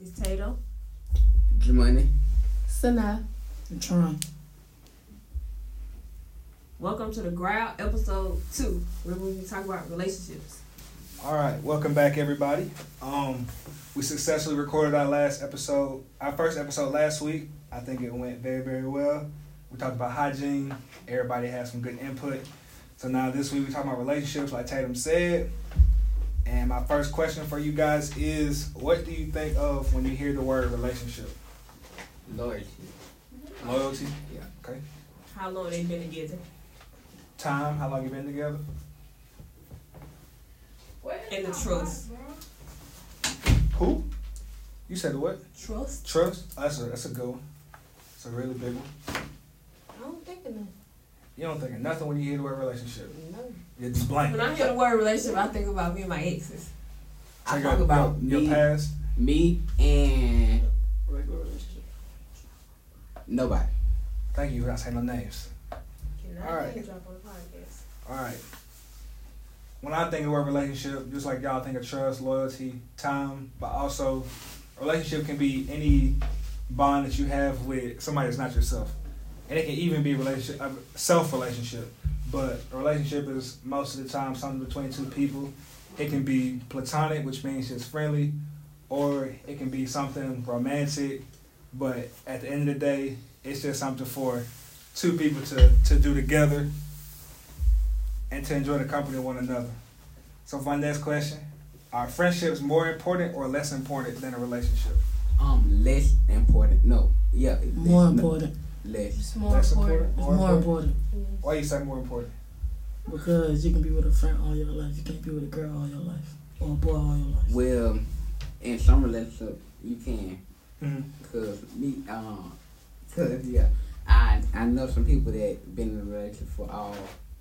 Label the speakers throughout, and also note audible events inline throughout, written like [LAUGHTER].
Speaker 1: It's Tato.
Speaker 2: Jumoney.
Speaker 3: Sana.
Speaker 4: And Tron.
Speaker 1: Welcome to the Growl episode two, where we be talking about relationships.
Speaker 5: All right, welcome back, everybody. Um, we successfully recorded our last episode, our first episode last week. I think it went very, very well. We talked about hygiene. Everybody had some good input. So now this week we talking about relationships, like Tatum said. And my first question for you guys is, what do you think of when you hear the word relationship?
Speaker 2: Loyalty.
Speaker 5: Loyalty,
Speaker 2: Yeah.
Speaker 5: okay.
Speaker 1: How long they been together?
Speaker 5: Time, how long you been together?
Speaker 1: And the trust.
Speaker 5: Who? You said what?
Speaker 1: Trust?
Speaker 5: Trust. Oh, that's a that's a good one. It's a really big one.
Speaker 3: I don't think of that.
Speaker 5: You don't think of nothing when you hear the word relationship.
Speaker 3: No.
Speaker 5: You're just blank.
Speaker 1: When I hear the word relationship, I think about me and my exes.
Speaker 2: I
Speaker 5: Check
Speaker 2: talk
Speaker 5: out
Speaker 2: about
Speaker 5: your,
Speaker 2: me,
Speaker 5: your past.
Speaker 2: me and nobody.
Speaker 5: Thank you. I say no names. All right. name
Speaker 1: drop on the podcast?
Speaker 5: All right. When I think of word relationship, just like y'all think of trust, loyalty, time, but also a relationship can be any bond that you have with somebody that's not yourself, and it can even be a relationship, a self relationship. But a relationship is most of the time something between two people. It can be platonic, which means just friendly, or it can be something romantic. But at the end of the day, it's just something for two people to, to do together and to enjoy the company of one another. So for my next question, are friendships more important or less important than a relationship?
Speaker 2: Um, less important. No. Yeah. it's
Speaker 4: More
Speaker 2: less. No,
Speaker 4: important.
Speaker 2: Less.
Speaker 3: It's more
Speaker 5: That's
Speaker 3: important.
Speaker 5: important.
Speaker 4: It's
Speaker 5: More
Speaker 4: more
Speaker 5: important.
Speaker 4: important.
Speaker 5: Why you say more important?
Speaker 4: Because you can be with a friend all your life. You can't be with a girl all your life. Or a boy all your life.
Speaker 2: Well, in some relationships you can,
Speaker 5: Mm-hmm.
Speaker 2: cause me, um, cause yeah, I I know some people that been in a relationship for all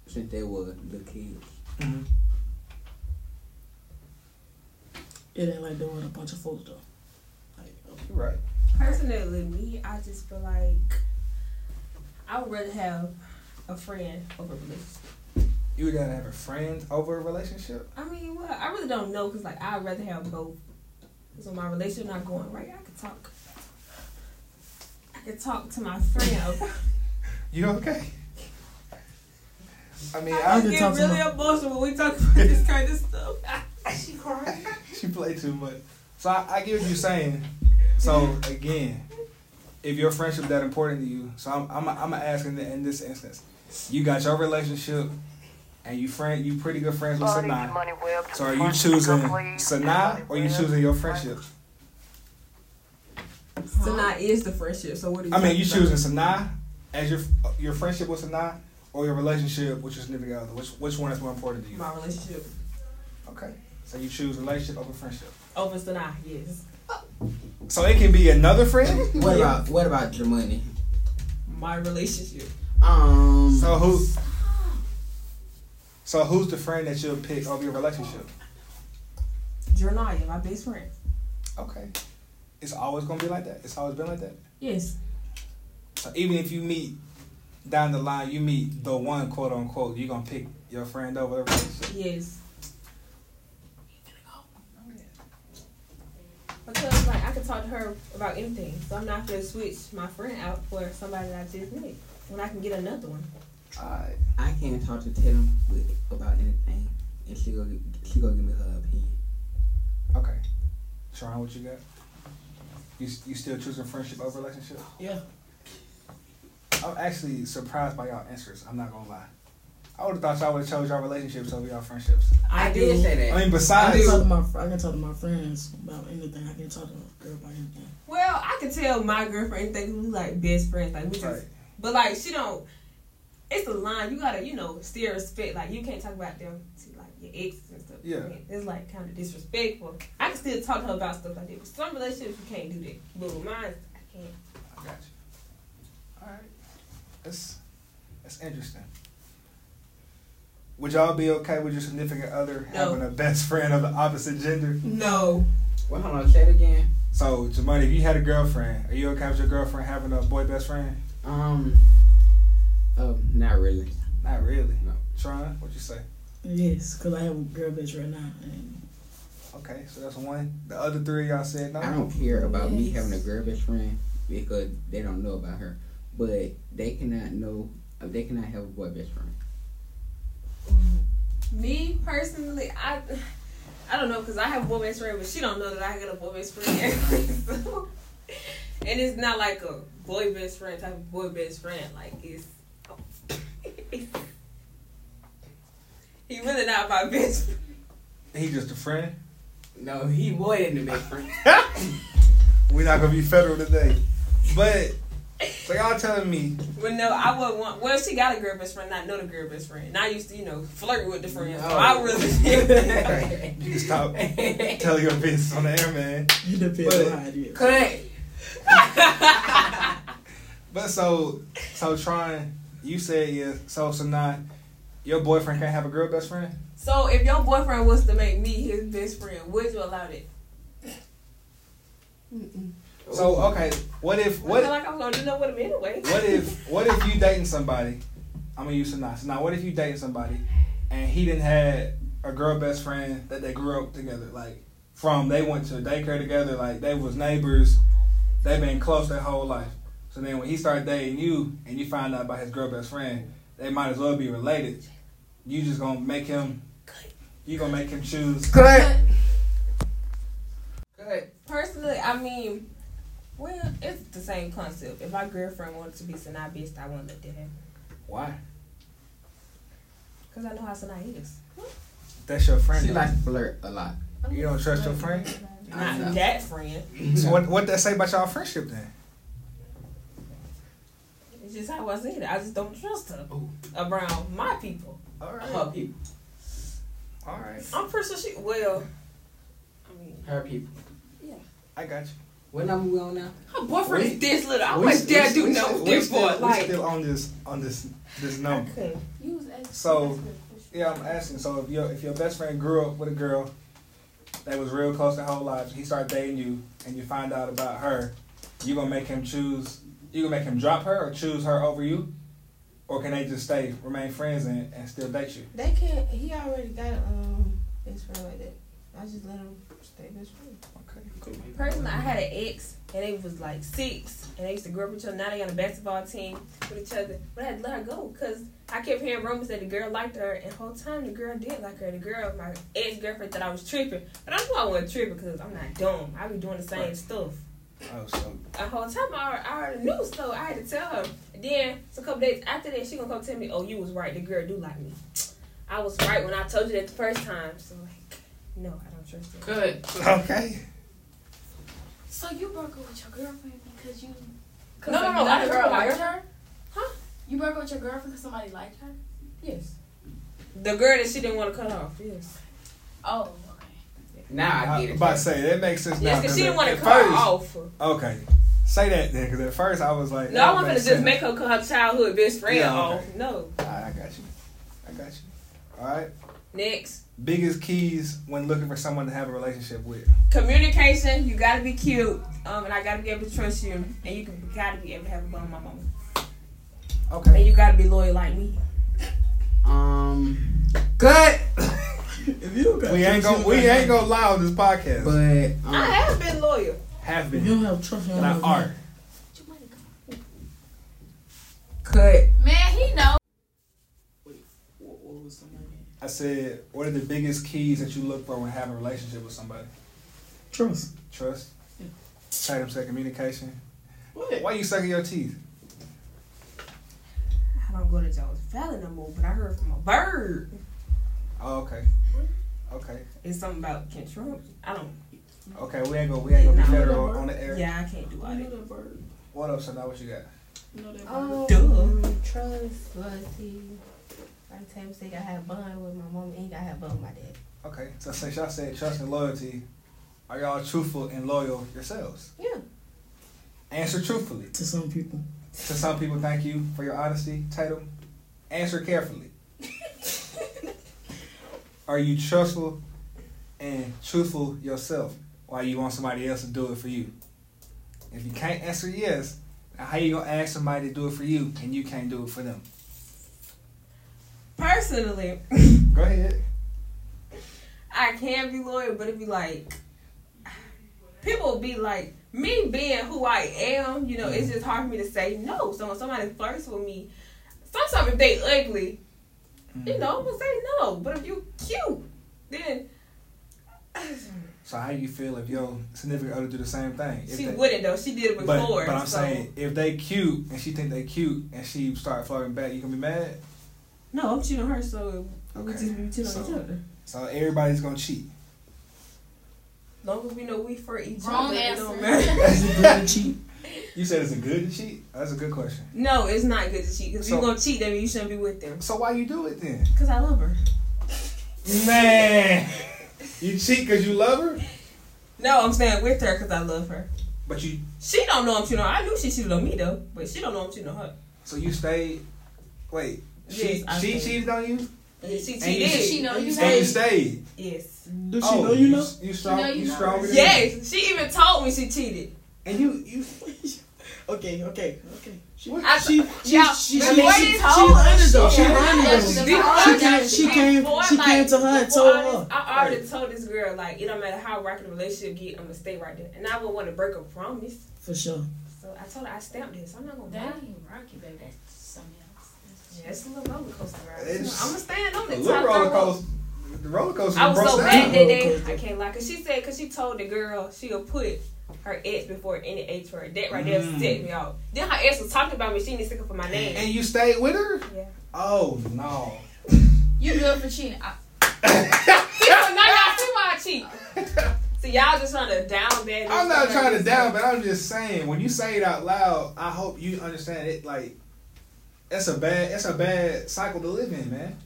Speaker 2: since they were little kids.
Speaker 5: Mm-hmm.
Speaker 4: It ain't like doing a bunch of folks though. Like, okay.
Speaker 5: You're right.
Speaker 1: Personally, me, I just feel like I would rather have a friend over a relationship.
Speaker 5: You would rather have a friend over a relationship?
Speaker 1: I mean, well, I really don't know because, like, I'd rather have both. Because when my relationship not going right, I could talk. I could talk to my friend.
Speaker 5: You okay? I
Speaker 1: [LAUGHS]
Speaker 5: mean,
Speaker 1: I
Speaker 5: I,
Speaker 4: could
Speaker 1: get
Speaker 4: talk to
Speaker 1: really
Speaker 4: my-
Speaker 1: emotional when we talk about this kind of stuff. [LAUGHS] she crying.
Speaker 5: she played too much. So I, I get what you're saying. So again, if your friendship that important to you, so I'm I'm I'm asking in, in this instance, you got your relationship, and you friend you pretty good friends with Sanaa. So are you choosing Sanaa or you choosing your friendship?
Speaker 1: So now is the friendship. So what do you?
Speaker 5: I mean, you
Speaker 1: talking
Speaker 5: choosing Sanaa as your your friendship with Sanaa or your relationship with your significant other. Which which one is more important to
Speaker 1: about?
Speaker 5: you?
Speaker 1: my relationship
Speaker 5: Okay, so you choose relationship over friendship.
Speaker 1: over Sanaa. Yes,
Speaker 5: So it can be another friend.
Speaker 2: [LAUGHS] What about what about your money?
Speaker 1: my relationship.
Speaker 2: Um.
Speaker 5: So who? So who's the friend that you'll pick over your relationship?
Speaker 1: Jernaya, my best friend.
Speaker 5: Okay, it's always gonna be like that. It's always been like that.
Speaker 1: Yes,
Speaker 5: So even if you meet down the line, you meet the one quote unquote, you're gonna pick your friend over the relationship.
Speaker 1: yes. Because like I can talk to her about anything, so I'm not gonna switch my friend out for somebody that I just met when I can get another one.
Speaker 5: Alright.
Speaker 2: I can't talk to Tatum with, about anything, and she go she go give me her opinion.
Speaker 5: Okay. Sharon, what you got? You you still choosing friendship over relationship?
Speaker 4: Yeah.
Speaker 5: I'm actually surprised by y'all answers. I'm not gonna lie. I would have thought y'all would have chose y'all relationships over y'all friendships.
Speaker 4: I, do.
Speaker 2: did say that.
Speaker 5: I mean,
Speaker 4: I can
Speaker 5: besides,
Speaker 4: talk to my fr- I can talk to my friends about anything. I can talk to a girl about anything.
Speaker 1: Well, I can tell my girlfriend things. We like best friends, like we just.
Speaker 5: right?
Speaker 1: But like she don't. It's a line. You gotta, you know, still respect. Like you can't talk about them to like your exes and stuff. like
Speaker 5: Yeah.
Speaker 1: that. It's like kind of disrespectful. I can still talk to her about stuff like that. But some relationships you can't do that. But with mine, I can't.
Speaker 5: I got you. All right. That's that's interesting. Would y'all be okay with your significant other
Speaker 1: No.
Speaker 5: having a best friend of the opposite gender?
Speaker 1: No.
Speaker 2: Well, hold on. Say it again.
Speaker 5: So, Jamani, if you had a girlfriend, are you okay with your girlfriend having a boy best friend?
Speaker 2: Um. Oh, not really.
Speaker 5: Not really.
Speaker 2: No.
Speaker 5: Tron, what you say?
Speaker 4: Yes, because I have a girl bitch right now, and [LAUGHS]
Speaker 5: Okay, so that's one. The other three y'all said
Speaker 2: I
Speaker 5: no.
Speaker 2: don't care about me
Speaker 3: Yes.
Speaker 2: having a girl best friend because they don't know about her, but they cannot know. uh, They cannot have a boy best friend.
Speaker 1: Me personally, I I don't know because I have a woman's friend, but she don't know that I got a woman's friend. [LAUGHS] So, and it's not like a boy best friend type of boy best friend. Like it's, he really not my best. friend.
Speaker 5: He just a friend.
Speaker 2: No, he wasn't the best friend.
Speaker 5: We're not gonna be federal today. But so y'all telling me
Speaker 1: But no, I would want. Well, she got a girl best friend. and I know the girl best friend. And I used to, you know, flirt with the friend. So
Speaker 5: Oh.
Speaker 1: I really.
Speaker 5: [LAUGHS] you can stop telling your business on the air, man.
Speaker 4: You depend
Speaker 5: But-
Speaker 4: on how it is.
Speaker 2: Cut.
Speaker 5: But so so trying you said yeah, so so not your boyfriend can't have a girl best friend?
Speaker 1: so if your boyfriend was to make me his best friend, would you allow that?
Speaker 3: Mm-mm.
Speaker 5: So okay, what if
Speaker 1: What? I
Speaker 5: what
Speaker 1: feel like I'm gonna do that with him anyway.
Speaker 5: What if what if you dating somebody? I'm gonna use Sinai. Now, what if you dating somebody, and he didn't had a girl best friend that they grew up together, like from they went to daycare together, like they was neighbors, they been close their whole life. So then when he started dating you, and you find out about his girl best friend, they might as well be related. You just gonna make him, you gonna make him choose.
Speaker 3: But
Speaker 2: Cut.
Speaker 1: Personally, I mean, well, it's the same concept. If my girlfriend wanted to be Sinai Beast, I wouldn't let that happen.
Speaker 5: Why?
Speaker 1: Because I know how Sinai is.
Speaker 5: That's your friend.
Speaker 2: She likes to flirt a lot.
Speaker 5: You don't trust your friend?
Speaker 2: I know.
Speaker 1: Not that friend.
Speaker 5: so what what that say about y'all friendship then?
Speaker 1: It's just how I see it. I just don't trust her
Speaker 2: Ooh.
Speaker 1: around my people.
Speaker 5: All
Speaker 2: Her people.
Speaker 5: all right.
Speaker 1: I'm pretty sure she, well, I mean,
Speaker 2: Her people.
Speaker 5: I got you.
Speaker 2: What number we on now?
Speaker 1: her boyfriend
Speaker 5: We-
Speaker 1: is this little. I
Speaker 5: We
Speaker 1: wouldn't
Speaker 5: st-
Speaker 1: dare
Speaker 5: we
Speaker 1: do
Speaker 5: st-
Speaker 1: nothing
Speaker 5: we
Speaker 1: with this
Speaker 5: still-
Speaker 1: boy.
Speaker 5: We
Speaker 1: Like,
Speaker 5: still on this on this this
Speaker 1: I
Speaker 5: number.
Speaker 1: couldn't.
Speaker 3: You was asking.
Speaker 5: So,
Speaker 3: asking
Speaker 5: Yeah, I'm asking. So if your if your best friend grew up with a girl that was real close their whole life, he started dating you, and you find out about her, you gonna make him choose? You gonna make him drop her or choose her over you, or can they just stay remain friends and, and still date you?
Speaker 3: They can't. He already got um best friend like that. I just let him stay best friend.
Speaker 5: Okay,
Speaker 1: Personally, I had an ex, and they was like six, and they used to grow up with each other. Now they on a basketball team with each other. But I had to let her go because I kept hearing rumors that the girl liked her, and whole time the girl did like her. The girl, my ex girlfriend, thought I was tripping, but I knew I wasn't tripping because I'm not dumb. I be doing the same
Speaker 5: Right.
Speaker 1: stuff.
Speaker 5: Oh, so
Speaker 1: The whole time I, alre- I already knew, so I had to tell her. And then, so a couple days after that, she gonna come tell me, "Oh, you was right. The girl do like me. I was right when I told you that the first time." So like, no, I don't trust it.
Speaker 2: Cut.
Speaker 5: okay.
Speaker 6: So you broke up with your girlfriend because you.
Speaker 1: No, no, no, I
Speaker 6: Another
Speaker 1: didn't
Speaker 6: girl
Speaker 1: broke up with
Speaker 6: liked her. Huh? You broke up with your girlfriend because somebody liked her.
Speaker 1: Yes. The girl that she didn't want to cut off. Yes.
Speaker 6: Oh, okay.
Speaker 2: Now I
Speaker 5: I
Speaker 2: get
Speaker 5: was
Speaker 2: it.
Speaker 5: about to say that makes sense now.
Speaker 1: Yes, because she didn't want to
Speaker 5: at
Speaker 1: cut her
Speaker 5: first-
Speaker 1: off.
Speaker 5: Okay, say that then. Because at first I was like,
Speaker 1: No, I
Speaker 5: that
Speaker 1: wasn't
Speaker 5: makes
Speaker 1: to just
Speaker 5: sense.
Speaker 1: make her cut her childhood best friend
Speaker 5: Yeah,
Speaker 1: off.
Speaker 5: okay.
Speaker 1: No.
Speaker 5: All right, I got you. I got you. All right.
Speaker 1: Next,
Speaker 5: biggest keys when looking for someone to have a relationship with.
Speaker 1: communication. You gotta be cute, um, and I gotta be able to trust you, and you can, gotta be able to have a bone my mama, and
Speaker 5: Okay.
Speaker 1: you gotta be loyal like me.
Speaker 2: Um. Cut.
Speaker 4: If you don't got
Speaker 5: We ain't
Speaker 4: trust,
Speaker 5: gonna we
Speaker 4: you don't got
Speaker 5: ain't gonna lie on this podcast.
Speaker 2: But
Speaker 5: Mm.
Speaker 1: I
Speaker 2: um,
Speaker 1: have been loyal.
Speaker 5: have
Speaker 4: If you
Speaker 5: been
Speaker 4: don't have trust, you don't
Speaker 5: and I
Speaker 4: have
Speaker 5: are.
Speaker 6: What you wanna go?
Speaker 2: cut.
Speaker 6: Man, he know.
Speaker 4: What, what was something like
Speaker 5: I said, what are the biggest keys that you look for when having a relationship with somebody?
Speaker 4: that? Trust.
Speaker 5: Trust.
Speaker 4: Yeah.
Speaker 5: Tatum said communication.
Speaker 4: What?
Speaker 5: Why you sucking your teeth?
Speaker 1: I don't go to Jones Valley no more, but I heard from a bird.
Speaker 5: Oh, okay. Okay.
Speaker 1: It's something about control. I don't.
Speaker 5: Okay, we ain't gonna we ain't gonna be
Speaker 1: Nah.
Speaker 5: federal on the air.
Speaker 1: Yeah, I can't do all
Speaker 4: You know
Speaker 1: that.
Speaker 4: that bird.
Speaker 5: What up, son? What you got?
Speaker 4: You know that bird.
Speaker 3: Um,
Speaker 1: Duh.
Speaker 3: Trust, loyalty. Like Tam said, I had a bond with my mom and I had a bond with my dad.
Speaker 5: Okay. So since y'all said trust and loyalty, are y'all truthful and loyal yourselves?
Speaker 3: Yeah.
Speaker 5: Answer truthfully.
Speaker 4: to some people.
Speaker 5: To some people, thank you for your honesty, Tatum. Answer carefully. Are you trustful and truthful yourself, while you want somebody else to do it for you? If you can't answer yes, now how you gonna ask somebody to do it for you and you can't do it for them?
Speaker 1: Personally, [LAUGHS]
Speaker 5: Go ahead.
Speaker 1: I can be loyal, but it be like people be like me being who I am. You know, it's
Speaker 5: Mm-hmm.
Speaker 1: just hard for me to say no. So when somebody flirts with me, sometimes if they ugly, you
Speaker 5: Mm-hmm.
Speaker 1: know, I'm gonna say no. But if you cute, then
Speaker 5: So how you feel if your significant other do the same thing? If
Speaker 1: she
Speaker 5: they-
Speaker 1: wouldn't though. She did it
Speaker 5: But,
Speaker 1: before.
Speaker 5: but I'm
Speaker 1: so-
Speaker 5: saying if they cute and she think they cute and she start flirting back, you gonna be mad.
Speaker 1: no, I'm cheating on her, so we
Speaker 5: Okay.
Speaker 1: just be cheating
Speaker 5: So-
Speaker 1: on each other.
Speaker 5: So everybody's gonna cheat.
Speaker 1: Long as we know we for each
Speaker 6: Wrong
Speaker 1: other, it
Speaker 6: answer.
Speaker 1: don't matter.
Speaker 6: [LAUGHS]
Speaker 4: Is it good to cheat?
Speaker 5: You said it's a good to cheat. That's a good question.
Speaker 1: No, it's not good to cheat. Cause if
Speaker 5: So-
Speaker 1: you gonna cheat, then you shouldn't be with them.
Speaker 5: So why you do it then?
Speaker 1: Cause I love her.
Speaker 5: Man, [LAUGHS] you cheat because you love her,
Speaker 1: No, I'm saying with her because I love her.
Speaker 5: but you
Speaker 1: She don't know I'm cheating on her. I knew she cheated on me though, but she don't know I'm cheating on her.
Speaker 5: so you stayed. Wait, she
Speaker 1: Yes, I
Speaker 5: she
Speaker 1: stayed.
Speaker 5: cheated on you
Speaker 1: Yeah, she
Speaker 5: And you-
Speaker 1: cheated.
Speaker 6: She know you
Speaker 5: and you
Speaker 6: know.
Speaker 5: stayed.
Speaker 1: yes.
Speaker 4: Does she know you know?
Speaker 5: s- You strong.
Speaker 6: know you
Speaker 5: You
Speaker 6: know.
Speaker 5: stronger. than me.
Speaker 1: Yes. She even told me she cheated.
Speaker 5: And you you
Speaker 4: [LAUGHS] okay, okay, okay. She,
Speaker 1: I-
Speaker 4: she, she,
Speaker 1: yeah,
Speaker 4: she, she, she,
Speaker 1: before you
Speaker 4: she's
Speaker 1: told her,
Speaker 4: under though.
Speaker 1: she-
Speaker 4: She running
Speaker 6: Yeah,
Speaker 4: though.
Speaker 6: she-
Speaker 4: She
Speaker 1: Before
Speaker 4: came,
Speaker 1: that,
Speaker 4: she came,
Speaker 1: before,
Speaker 4: she came
Speaker 1: like,
Speaker 4: to her and
Speaker 1: before
Speaker 4: told
Speaker 1: all
Speaker 4: her.
Speaker 1: this- I already
Speaker 5: Right.
Speaker 1: told this girl like it don't matter how rocky the relationship get, I'm gonna stay right there, and I would want to break a promise.
Speaker 4: For sure.
Speaker 1: So I told her I stamped this. I'm not gonna.
Speaker 6: That
Speaker 1: die.
Speaker 6: ain't Rocky, baby. That's something else.
Speaker 1: Yeah, it's a little roller coaster ride.
Speaker 5: It's-
Speaker 1: I'm gonna stand on
Speaker 5: the
Speaker 1: it.
Speaker 5: little
Speaker 1: Top
Speaker 5: roller
Speaker 1: rope.
Speaker 5: coaster. The roller coaster.
Speaker 1: I was
Speaker 5: broke
Speaker 1: so
Speaker 5: down.
Speaker 1: mad that day.
Speaker 4: Broke down.
Speaker 1: I can't lie, cause she said, cause she told the girl she'll put her ex before any ex for her. That right there
Speaker 5: Mm.
Speaker 1: set me off. Then her ex was talking about me. She didn't stick up for my name.
Speaker 5: And you stayed with her?
Speaker 1: Yeah.
Speaker 5: Oh
Speaker 1: [LAUGHS]
Speaker 5: no.
Speaker 6: You good for cheating? I,
Speaker 1: see, so now y'all see why I
Speaker 5: [LAUGHS]
Speaker 1: cheat. So y'all just trying to down bad.
Speaker 5: I'm not trying to down, but I'm just saying when you say it out loud, I hope you understand it. Like, that's a bad, that's a bad cycle to live in, man.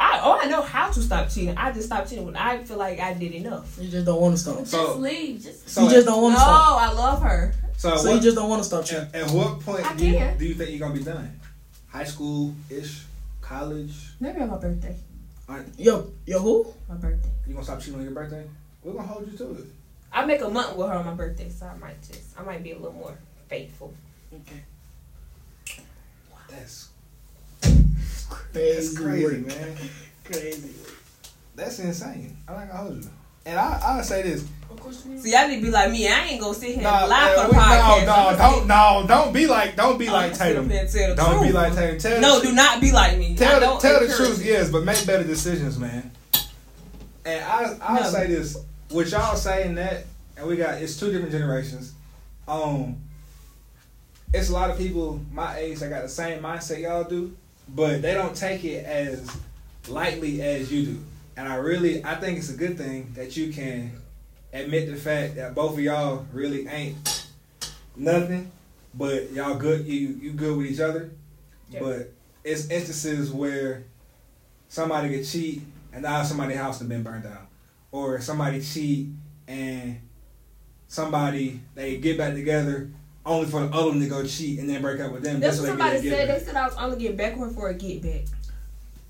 Speaker 1: I oh I know how to stop cheating. I just stopped cheating when I feel like I did enough. Oh,
Speaker 4: You just don't want to stop.
Speaker 5: So-
Speaker 6: just leave. Just
Speaker 5: So,
Speaker 4: you just don't want to stop.
Speaker 1: I love her.
Speaker 5: so,
Speaker 4: So you
Speaker 5: what,
Speaker 4: just don't want to stop cheating.
Speaker 5: at, at what point
Speaker 1: I
Speaker 5: do you,
Speaker 1: can.
Speaker 5: do you think you're gonna be done? High school ish, college.
Speaker 1: Maybe on my birthday.
Speaker 4: Yo, yo, who?
Speaker 1: My birthday.
Speaker 5: You gonna stop cheating on your birthday? We're gonna hold you to it.
Speaker 1: I make a month with her on my birthday, so I might just I might be a little more faithful.
Speaker 4: Okay.
Speaker 5: That's that's
Speaker 4: Crazy,
Speaker 5: crazy,
Speaker 4: work.
Speaker 5: man.
Speaker 4: Crazy.
Speaker 5: That's insane. I'm not gonna hold you. And I, I'll say this.
Speaker 6: of course we.
Speaker 1: See, I need to be like me. I ain't gonna sit here
Speaker 5: Nah,
Speaker 1: and lie
Speaker 5: man,
Speaker 1: for
Speaker 5: we-
Speaker 1: the podcast.
Speaker 5: No,
Speaker 1: I'm gonna
Speaker 5: no, don't, no, don't be like, don't be
Speaker 1: sit-
Speaker 5: like
Speaker 1: I'm gonna sit
Speaker 5: Tatum.
Speaker 1: up here and tell the
Speaker 5: Don't be
Speaker 1: truth.
Speaker 5: like Tatum. Tell
Speaker 1: No,
Speaker 5: the
Speaker 1: do
Speaker 5: truth.
Speaker 1: not be like me. I
Speaker 5: Tell,
Speaker 1: don't
Speaker 5: tell the
Speaker 1: encourage
Speaker 5: truth,
Speaker 1: it.
Speaker 5: yes, but make better decisions, man. And I, I'll
Speaker 1: No.
Speaker 5: say this: with y'all saying that, and we got it's two different generations. Um, it's a lot of people my age that got the same mindset y'all do, but they don't take it as lightly as you do. And I really, I think it's a good thing that you can admit the fact that both of y'all really ain't nothing, but y'all good. You you good with each other,
Speaker 1: Yeah.
Speaker 5: but it's instances where somebody could cheat and now somebody's house has been burned down, or somebody cheat and somebody they get back together only for the other one to go cheat and then break up with them.
Speaker 1: That's what
Speaker 5: just so they get
Speaker 1: somebody
Speaker 5: together.
Speaker 1: said. They said I was only getting back with her for a get back.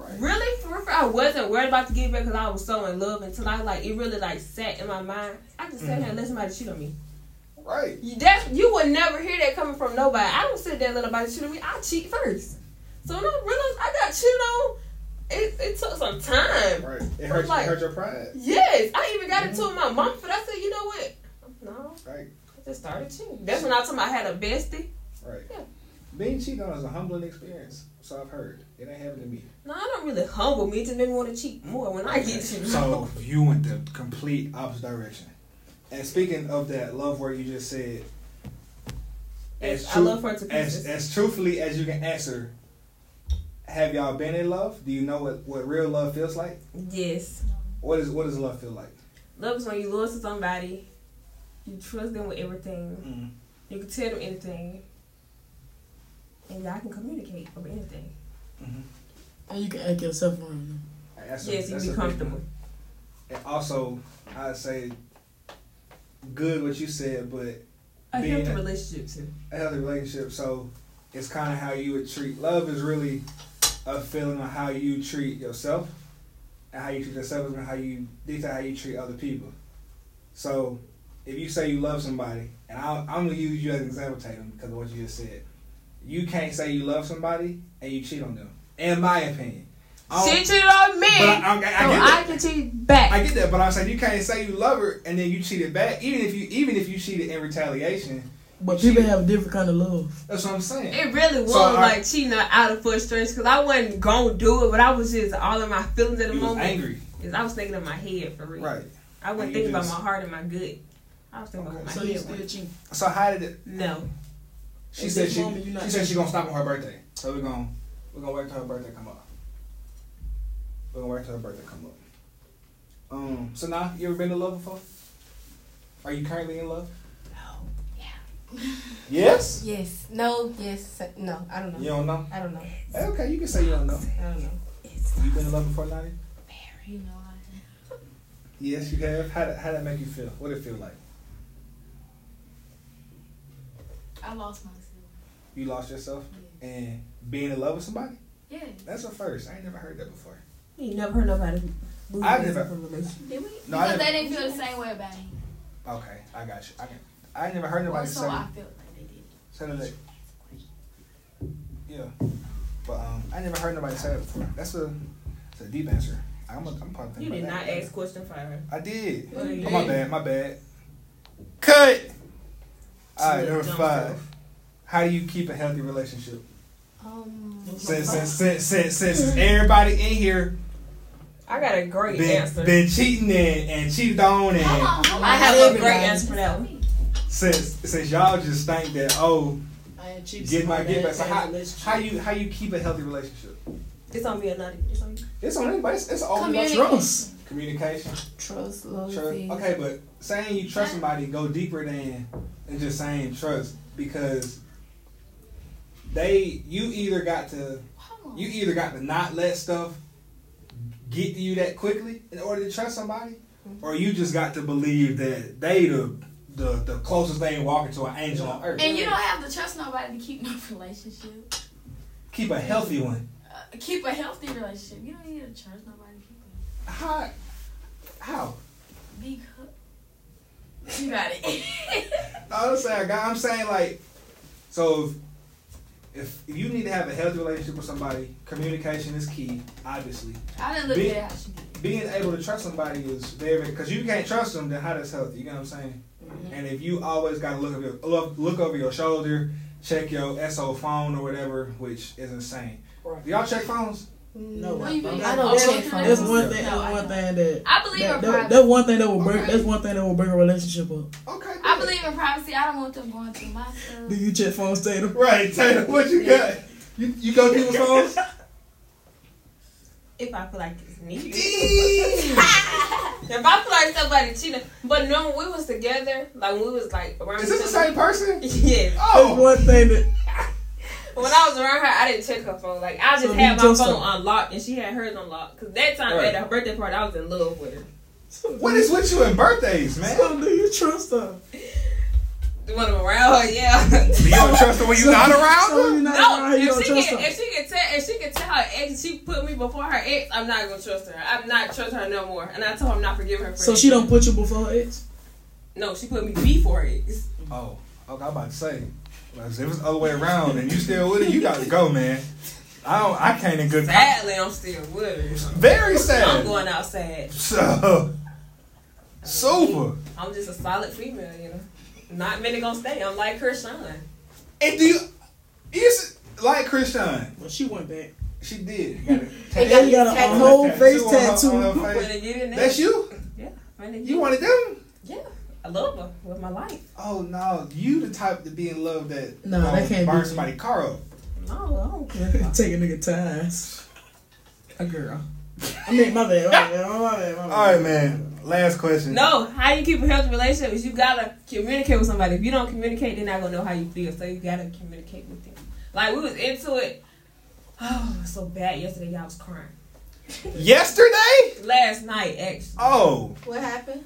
Speaker 5: Right.
Speaker 1: Really, for, for I wasn't worried about the get back because I was so in love until I like it really like sat in my mind. I just sat here and
Speaker 5: Mm-hmm.
Speaker 1: let somebody cheat on me.
Speaker 5: Right.
Speaker 1: You- That you would never hear that coming from nobody. I don't sit there and let nobody cheat on me. I cheat first. So when I realized I got cheated on, it, it took some time.
Speaker 5: Right. It hurt,
Speaker 1: Like-
Speaker 5: it hurt your pride.
Speaker 1: Yes, I even got into it with my mom for that. I said, you know what? No,
Speaker 5: Mm-hmm. Right.
Speaker 1: I just started cheating. That's when I told him I had a bestie.
Speaker 5: Right.
Speaker 1: Yeah.
Speaker 5: Being cheated on is a humbling experience, so I've heard. It ain't happened to me.
Speaker 1: No, I don't really humble me. It just made me want to cheat more when I get cheated. on.
Speaker 5: Mm-hmm. So you went the complete opposite direction. And speaking of that love word you just said,
Speaker 1: Yes,
Speaker 5: as
Speaker 1: I
Speaker 5: true-
Speaker 1: love her to pieces.
Speaker 5: as as truthfully as you can answer, have y'all been in love? Do you know what, what real love feels like?
Speaker 1: yes,
Speaker 5: What is what does love feel like?
Speaker 1: love is when you loyal to somebody, you trust them with everything,
Speaker 5: Mm.
Speaker 1: you can tell them anything, and y'all can communicate over anything.
Speaker 4: And you can act yourself around them.
Speaker 5: That's a-
Speaker 1: yes, you
Speaker 5: that's
Speaker 1: be
Speaker 5: a big one.
Speaker 1: comfortable.
Speaker 5: And also, I'd say, good what you said, but
Speaker 1: A
Speaker 5: Being-
Speaker 1: healthy relationship too.
Speaker 5: a healthy relationship. So it's kind of how you would treat love is really a feeling of how you treat yourself and how you treat yourself and how you dictate how you treat other people. So if you say you love somebody, and I'll, I'm gonna use you as an example, Tatum, because of what you just said. You can't say you love somebody and you cheat on them. In my opinion, I don't-
Speaker 1: She cheated on me,
Speaker 5: but I, I, I, get
Speaker 1: so I
Speaker 5: that.
Speaker 1: can cheat back.
Speaker 5: I get that, but I'm saying you can't say you love her and then you cheated back. Even if you even if you cheated in retaliation,
Speaker 4: But
Speaker 5: She-
Speaker 4: people have a different kind of love.
Speaker 5: that's what I'm saying.
Speaker 1: It really was
Speaker 5: So, I-
Speaker 1: like cheating out of frustration because I wasn't gonna do it, but I was just all in my feelings at the
Speaker 5: You was
Speaker 1: moment.
Speaker 5: angry,
Speaker 1: 'Cause I was thinking of my head for real.
Speaker 5: right?
Speaker 1: I wasn't
Speaker 5: You
Speaker 1: thinking
Speaker 5: just-
Speaker 1: about my heart and my gut. I was thinking about
Speaker 5: Okay.
Speaker 1: my
Speaker 4: So you
Speaker 1: head.
Speaker 4: still cheating.
Speaker 5: So how did it?
Speaker 1: No,
Speaker 5: She
Speaker 4: At
Speaker 5: said
Speaker 4: this
Speaker 5: she
Speaker 4: moment, you not-
Speaker 5: she said she gonna stop on her birthday. So we're gonna we're gonna wait till her birthday come up. We're gonna wait till her birthday come up. Um. So now you ever been in love before? Are you currently in love? Yes.
Speaker 3: Yes. No. Yes. No. I don't know.
Speaker 5: You don't know.
Speaker 3: I don't know.
Speaker 5: Okay, you can say you don't know.
Speaker 3: I don't know.
Speaker 5: You been in love before, Nadia?
Speaker 6: Very not.
Speaker 5: Yes, you have. How did, how did that make you feel? What did it feel like?
Speaker 6: I lost myself.
Speaker 5: You lost yourself
Speaker 6: Yeah.
Speaker 5: and being in love with somebody?
Speaker 6: Yeah.
Speaker 5: That's a first. I ain't never heard that before.
Speaker 1: you ain't never heard nobody. lose
Speaker 5: I've
Speaker 1: themselves
Speaker 5: never-
Speaker 1: in a relationship.
Speaker 6: Did we?
Speaker 5: No, I
Speaker 6: because they
Speaker 5: didn't-
Speaker 6: didn't feel the same way about me.
Speaker 5: Okay, I got you. I can. I ain't never heard
Speaker 6: Well,
Speaker 5: nobody
Speaker 6: so
Speaker 5: say
Speaker 6: I felt like they did.
Speaker 5: say that. Yeah, but um, I never heard nobody say that before. That's a, that's a deep answer. I'm a, I'm probably
Speaker 1: You
Speaker 5: thinking
Speaker 1: did
Speaker 5: about
Speaker 1: not
Speaker 5: that.
Speaker 1: ask question for her.
Speaker 5: I did.
Speaker 1: Well, you
Speaker 5: Oh, my
Speaker 1: did.
Speaker 5: bad. My bad. Cut. All right,
Speaker 1: Yeah,
Speaker 5: number
Speaker 1: dumb
Speaker 5: five.
Speaker 1: self.
Speaker 5: How do you keep a healthy
Speaker 1: [LAUGHS]
Speaker 5: relationship?
Speaker 3: Um.
Speaker 5: Since since since since, since everybody in here
Speaker 1: I got a great answer.
Speaker 5: been, been cheating and, and cheated on
Speaker 6: Hold
Speaker 5: and
Speaker 6: on, hold
Speaker 1: I
Speaker 6: on.
Speaker 1: have a great
Speaker 4: Everybody.
Speaker 1: answer for that one.
Speaker 5: since since y'all just think that oh
Speaker 4: I ain't cheating.
Speaker 5: get my get back. So how, how
Speaker 4: how
Speaker 5: you how you keep a healthy relationship?
Speaker 1: It's on me or nothing. It's on you.
Speaker 5: It's on anybody. It's, it's all about
Speaker 6: Communication.
Speaker 5: trust, communication,
Speaker 3: Trust.
Speaker 5: trust.
Speaker 3: Loyalty.
Speaker 5: Okay, but saying you trust somebody go deeper than than just saying trust because they you either got to
Speaker 6: Hold on.
Speaker 5: you either got to not let stuff get to you that quickly in order to trust somebody, or you just got to believe that they the the, the closest thing walking to an angel on earth.
Speaker 6: and you don't have to trust nobody to keep [LAUGHS] no relationship.
Speaker 5: keep a healthy one.
Speaker 6: Uh, keep a healthy relationship. You don't need to trust nobody to keep it.
Speaker 5: How? How?
Speaker 6: Big hook. You got it. [LAUGHS]
Speaker 5: I'm saying, God, I'm saying like, so if, if you need to have a healthy relationship with somebody, communication is key. Obviously,
Speaker 6: I didn't look
Speaker 5: Big-
Speaker 6: at how she did. it.
Speaker 5: being able to trust somebody is very because you can't trust them. Then how that's healthy? You know what I'm saying? And if you always got to look over your look, look over your shoulder, check your SO phone or whatever, which is insane.
Speaker 4: Right.
Speaker 5: Do y'all check phones?
Speaker 4: No,
Speaker 6: Well, you
Speaker 4: I
Speaker 6: be-
Speaker 3: I
Speaker 4: don't.
Speaker 3: don't
Speaker 6: Oh,
Speaker 3: check
Speaker 6: okay.
Speaker 3: phones.
Speaker 4: That's one thing.
Speaker 6: No, I
Speaker 4: That's one
Speaker 6: don't.
Speaker 4: thing that.
Speaker 6: I believe in
Speaker 4: That, that,
Speaker 6: privacy.
Speaker 4: that's one thing that will break.
Speaker 5: Okay.
Speaker 4: That's one thing that will break a relationship up.
Speaker 5: Okay.
Speaker 6: I
Speaker 5: good.
Speaker 6: believe in privacy. I don't want them going through my stuff.
Speaker 4: Do you check phone status?
Speaker 5: Right, Taylor, what you got? You you go people's phones?
Speaker 1: If I feel like it's needed.
Speaker 5: [LAUGHS] Damn.
Speaker 1: If I feel like somebody cheating, but no, when we was together, like when we was like around.
Speaker 5: Is
Speaker 1: each
Speaker 5: this the
Speaker 1: other-
Speaker 5: same person?
Speaker 1: [LAUGHS] Yes.
Speaker 4: That's
Speaker 5: Oh,
Speaker 4: one thing that.
Speaker 1: When I was around her, I didn't check her phone. Like I just
Speaker 4: So you
Speaker 1: had my phone
Speaker 4: just a-
Speaker 1: unlocked, and she had hers unlocked. Cause that time
Speaker 5: Right.
Speaker 1: at her birthday party, I was in love with her.
Speaker 5: what is with you and birthdays, man?
Speaker 4: So do you trust her?
Speaker 1: When I'm around her, yeah.
Speaker 5: You don't trust her when you're not
Speaker 4: So
Speaker 5: around
Speaker 4: when
Speaker 5: her?
Speaker 4: you're not
Speaker 1: [LAUGHS] No,
Speaker 4: around, you
Speaker 1: if
Speaker 4: don't
Speaker 1: she
Speaker 4: trust
Speaker 1: can,
Speaker 4: her.
Speaker 1: if she can tell, if she can tell her ex she put me before her ex, I'm not gonna trust her. I'm not trust her no more. And I told her I'm not forgiving her for
Speaker 4: So
Speaker 1: that.
Speaker 4: she don't put you before her ex.
Speaker 1: No, she put me before her ex.
Speaker 5: Oh, okay, I'm about to say. well, If it's the other way around and you still with it, you gotta go, man. I don't I can't in good con-
Speaker 1: Sadly, I'm still with her.
Speaker 5: Very
Speaker 1: I'm
Speaker 5: sad.
Speaker 1: going outside.
Speaker 5: So super.
Speaker 1: I'm just a solid female, you know. Not many gonna stay. I'm like Krishan.
Speaker 5: And do you is it like Christian?
Speaker 4: Well, she went back.
Speaker 5: She did. Got a
Speaker 3: They
Speaker 4: And got a
Speaker 3: tattoo.
Speaker 4: whole face
Speaker 5: on her-
Speaker 4: tattoo.
Speaker 5: on her
Speaker 1: When
Speaker 5: face.
Speaker 1: they get in there,
Speaker 5: That's you?
Speaker 1: yeah, when they get
Speaker 5: You wanted them?
Speaker 1: yeah, I love her with my life.
Speaker 5: Oh no, you the type to be in love that
Speaker 4: No,
Speaker 5: you
Speaker 4: that can't
Speaker 5: burn
Speaker 4: be.
Speaker 5: somebody's car up.
Speaker 1: No, I don't care.
Speaker 4: Take a nigga ties. A girl. I mean, my bad. My bad. My bad. My bad.
Speaker 5: All right, man. Last question.
Speaker 1: No, how you keep a healthy relationship is you gotta communicate with somebody. If you don't communicate, they're not gonna know how you feel. So you gotta communicate with them. Like we was into it. Oh, it was so bad yesterday. Y'all was crying.
Speaker 5: Yesterday?
Speaker 1: Last night, actually,
Speaker 5: Oh,
Speaker 3: What happened?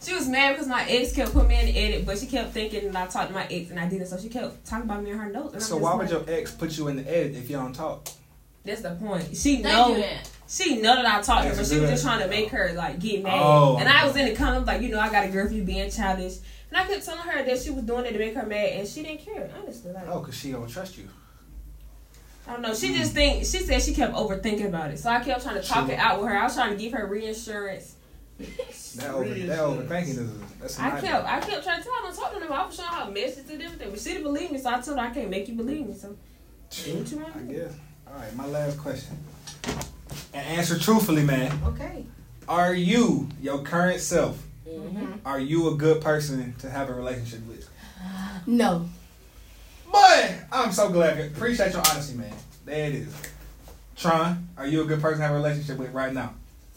Speaker 1: she was mad because my ex kept putting me in the edit, but she kept thinking and I talked to my ex and I didn't. So she kept talking about me in her notes. And I'm
Speaker 5: so
Speaker 1: just
Speaker 5: why
Speaker 1: like,
Speaker 5: would your ex put you in the edit if you don't talk?
Speaker 1: That's the point. She
Speaker 6: They
Speaker 1: know.
Speaker 6: do that.
Speaker 1: She know that I talked to her, but
Speaker 5: That's
Speaker 1: she was
Speaker 5: good.
Speaker 1: just trying to make her like get mad.
Speaker 5: Oh.
Speaker 1: and I was in the comments like, you know, I got a girl for you being childish, and I kept telling her that she was doing it to make her mad, and she didn't care. Honestly, like,
Speaker 5: Oh, cause she don't trust you.
Speaker 1: I don't know. She just think she said she kept overthinking about it. So I kept trying to talk
Speaker 5: Sure.
Speaker 1: it out with her. I was trying to give her
Speaker 5: [LAUGHS]
Speaker 1: reassurance.
Speaker 5: That, over, that overthinking is that's a
Speaker 1: I
Speaker 5: nightmare.
Speaker 1: kept I kept trying to tell her, I don't talk to them. I was showing her messages and everything. But she didn't believe me, so I told her I can't make you believe me. So do what you want
Speaker 5: I
Speaker 1: to do.
Speaker 5: guess. All right, my last question. And answer truthfully, man.
Speaker 3: Okay.
Speaker 5: Are you your current self?
Speaker 1: Mm-hmm.
Speaker 3: Mhm.
Speaker 5: Are you a good person to have a relationship with?
Speaker 3: No.
Speaker 5: But I'm so glad. Appreciate your honesty, man. There it is. Tron, are you a good person to have a relationship with right now?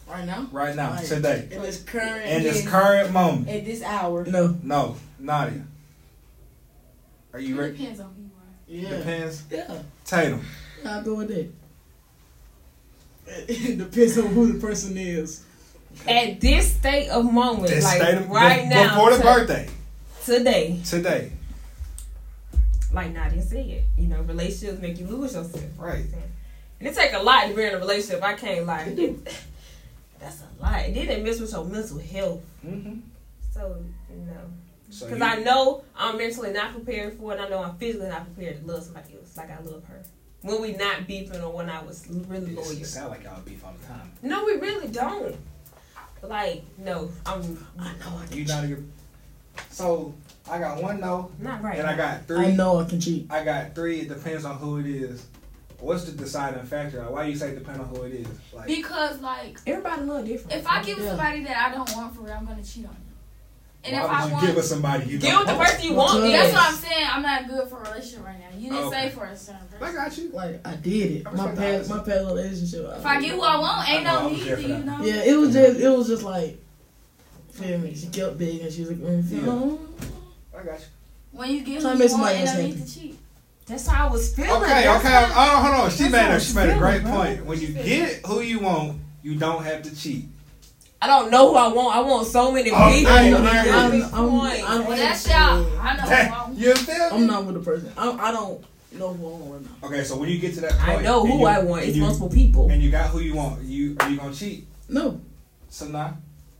Speaker 7: Right now?
Speaker 5: Right now,
Speaker 7: Right.
Speaker 5: today,
Speaker 7: In this current.
Speaker 5: in this
Speaker 7: yes.
Speaker 5: current moment.
Speaker 7: At this hour.
Speaker 4: No.
Speaker 5: No, Nadia. Are you
Speaker 6: It
Speaker 5: ready?
Speaker 6: depends on who you are.
Speaker 7: Yeah.
Speaker 5: Depends.
Speaker 4: Yeah.
Speaker 5: Tatum.
Speaker 4: I'll go with that. It depends on who the person is.
Speaker 1: At this state of moment,
Speaker 5: This
Speaker 1: like
Speaker 5: state of-
Speaker 1: right
Speaker 5: be-
Speaker 1: now,
Speaker 5: Before the
Speaker 1: to-
Speaker 5: birthday.
Speaker 1: today,
Speaker 5: Today.
Speaker 1: like Nadia said, you know, relationships make you lose yourself.
Speaker 5: Right.
Speaker 1: And it take a lot to be in a relationship. I can't lie. [LAUGHS] that's a lot. And then it mess with your mental health.
Speaker 5: Mm-hmm.
Speaker 1: So no,
Speaker 5: So
Speaker 1: because
Speaker 5: you-
Speaker 1: I know I'm mentally not prepared for it. and I know I'm physically not prepared to love somebody else like I love her. When we not beefing or when I was really
Speaker 5: It's-
Speaker 1: loyal.
Speaker 5: It sound like y'all beef all the time.
Speaker 1: No, we really don't. Like no, I'm
Speaker 4: I know I
Speaker 5: You
Speaker 4: can cheat.
Speaker 5: not a So I got one no,
Speaker 1: not right.
Speaker 5: and I got
Speaker 4: I
Speaker 5: three.
Speaker 4: know I can cheat.
Speaker 5: I got three. It depends on who it is. What's the deciding factor? Like, Why you say depend on who it is? Like,
Speaker 6: Because like,
Speaker 1: Everybody a little different.
Speaker 6: if I give
Speaker 4: Yeah.
Speaker 6: somebody that I don't want for real, I'm gonna cheat on you. And
Speaker 5: why
Speaker 6: if
Speaker 5: would
Speaker 6: I
Speaker 5: you
Speaker 6: want,
Speaker 5: give us somebody you
Speaker 1: Get
Speaker 5: don't
Speaker 1: with the
Speaker 5: want?
Speaker 1: person you want.
Speaker 4: Because-
Speaker 1: That's
Speaker 6: that's
Speaker 1: what
Speaker 6: what
Speaker 1: I'm
Speaker 6: I'm saying. I'm not good for a relationship right now. You didn't
Speaker 5: Okay.
Speaker 6: say for a certain
Speaker 5: I
Speaker 6: person.
Speaker 5: got you.
Speaker 4: Oh, Like I did it.
Speaker 5: I
Speaker 4: My
Speaker 5: respect
Speaker 4: past,
Speaker 5: that.
Speaker 4: my past relationship.
Speaker 6: If I get who I want, ain't
Speaker 5: I know, I
Speaker 6: no
Speaker 5: was
Speaker 6: need
Speaker 5: there
Speaker 6: to,
Speaker 5: for
Speaker 6: you
Speaker 5: that.
Speaker 6: know.
Speaker 4: Yeah, it was just, it was just like, feel me? She kept big and she was like, mm,
Speaker 5: Yeah.
Speaker 4: no.
Speaker 5: I got you.
Speaker 6: When you get
Speaker 4: Tryna
Speaker 6: who
Speaker 4: make
Speaker 6: you want,
Speaker 4: somebody
Speaker 6: ain't
Speaker 4: else
Speaker 6: no need
Speaker 4: happy.
Speaker 6: to cheat.
Speaker 1: That's how I was feeling.
Speaker 5: Okay,
Speaker 1: That's
Speaker 5: okay.
Speaker 1: how-
Speaker 5: Oh, hold on. She
Speaker 1: That's
Speaker 5: made
Speaker 1: how
Speaker 5: a she made a
Speaker 1: I'm
Speaker 5: great
Speaker 1: feeling,
Speaker 5: point.
Speaker 1: bro.
Speaker 5: When you get who you want, you don't have to cheat.
Speaker 1: I don't know who I want. I want so many people.
Speaker 5: Oh, I
Speaker 4: I
Speaker 5: know,
Speaker 4: know, I
Speaker 5: I
Speaker 4: know,
Speaker 1: Every
Speaker 4: I'm,
Speaker 1: point.
Speaker 4: I'm,
Speaker 6: Well, that's y'all. I know
Speaker 1: Oh,
Speaker 6: who I want.
Speaker 5: [LAUGHS] you feel me?
Speaker 4: I'm not with a person. I'm, I don't know who I want right now.
Speaker 5: Okay, so when you get to that point,
Speaker 1: I know
Speaker 5: and
Speaker 1: who
Speaker 5: you-
Speaker 1: I want.
Speaker 5: and
Speaker 1: It's
Speaker 5: you-
Speaker 1: multiple people.
Speaker 5: And you got who you want. You are you gonna cheat?
Speaker 4: No,
Speaker 5: So nah.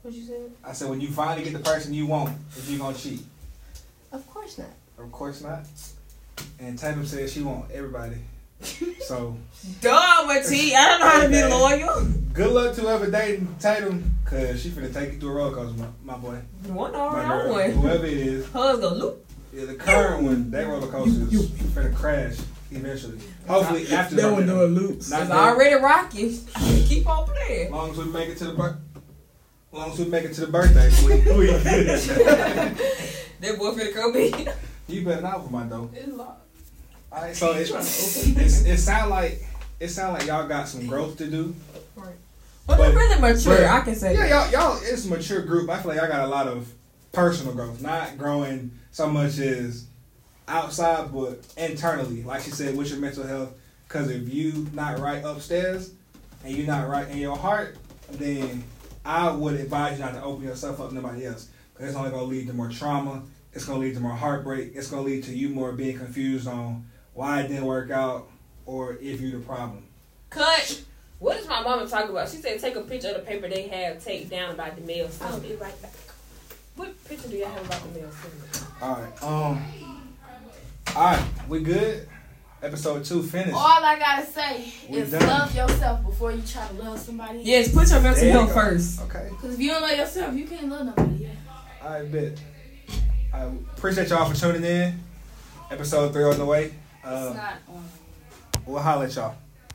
Speaker 1: What you said?
Speaker 5: I said when you finally get the person you want, is you gonna cheat?
Speaker 3: Of course not.
Speaker 5: Of course not. And Tatum said she want
Speaker 1: [LAUGHS]
Speaker 5: everybody. so
Speaker 1: Duh, Mati. I don't know how to be
Speaker 5: Okay.
Speaker 1: loyal.
Speaker 5: good luck to whoever dating Tatum, cause she finna take you through a roller coaster, my, my boy,
Speaker 1: One
Speaker 5: my
Speaker 1: already
Speaker 5: girl,
Speaker 1: one.
Speaker 5: whoever it is.
Speaker 1: Hers gonna loop.
Speaker 5: Yeah, the current one, that roller coaster is finna crash eventually. Hopefully after
Speaker 4: that one
Speaker 5: birthday.
Speaker 4: doing loops.
Speaker 5: Not
Speaker 1: It's
Speaker 5: that-
Speaker 1: already rocky. Keep on
Speaker 5: As
Speaker 1: playing.
Speaker 5: long as we make it to the bir- as long as we make it to the birthday, [LAUGHS] we, we good.
Speaker 1: That boy finna come in.
Speaker 5: [LAUGHS]
Speaker 1: [LAUGHS]
Speaker 5: you better not open my door.
Speaker 6: It's locked.
Speaker 5: Alright, so it's, it's it sound like it sound like y'all got some growth to do.
Speaker 1: But
Speaker 5: But-
Speaker 1: they're really mature.
Speaker 5: but-
Speaker 1: I can say that.
Speaker 5: Yeah, y'all y'all it's a mature group. I feel like y'all got a lot of personal growth, not growing so much as outside, but internally. Like she said, with your mental health. Because if you not right upstairs and you're not right in your heart, then I would advise you not to open yourself up to nobody else. 'Cause it's only gonna lead to more trauma. It's gonna lead to more heartbreak. It's gonna lead to you more being confused on why it didn't work out or if you the problem.
Speaker 1: Cut. What is my mama talking about? She said take a picture of the paper they have taped down about the mail.
Speaker 3: I'll
Speaker 1: sending.
Speaker 3: be right back.
Speaker 1: What picture do y'all have about the mail? sending?
Speaker 5: All right. Um. All right. We good. Episode two finished.
Speaker 6: All I gotta say
Speaker 5: We
Speaker 6: is
Speaker 5: done.
Speaker 6: love yourself before you try to love somebody. else.
Speaker 1: Yes, put your mental
Speaker 5: There you
Speaker 1: health
Speaker 5: go.
Speaker 1: first.
Speaker 5: Okay.
Speaker 6: Cause if you don't love yourself, you can't love nobody. else.
Speaker 5: I bet. I appreciate y'all for tuning in. Episode three on the way.
Speaker 6: It's
Speaker 5: Uh,
Speaker 6: not on.
Speaker 5: we'll holler at y'all.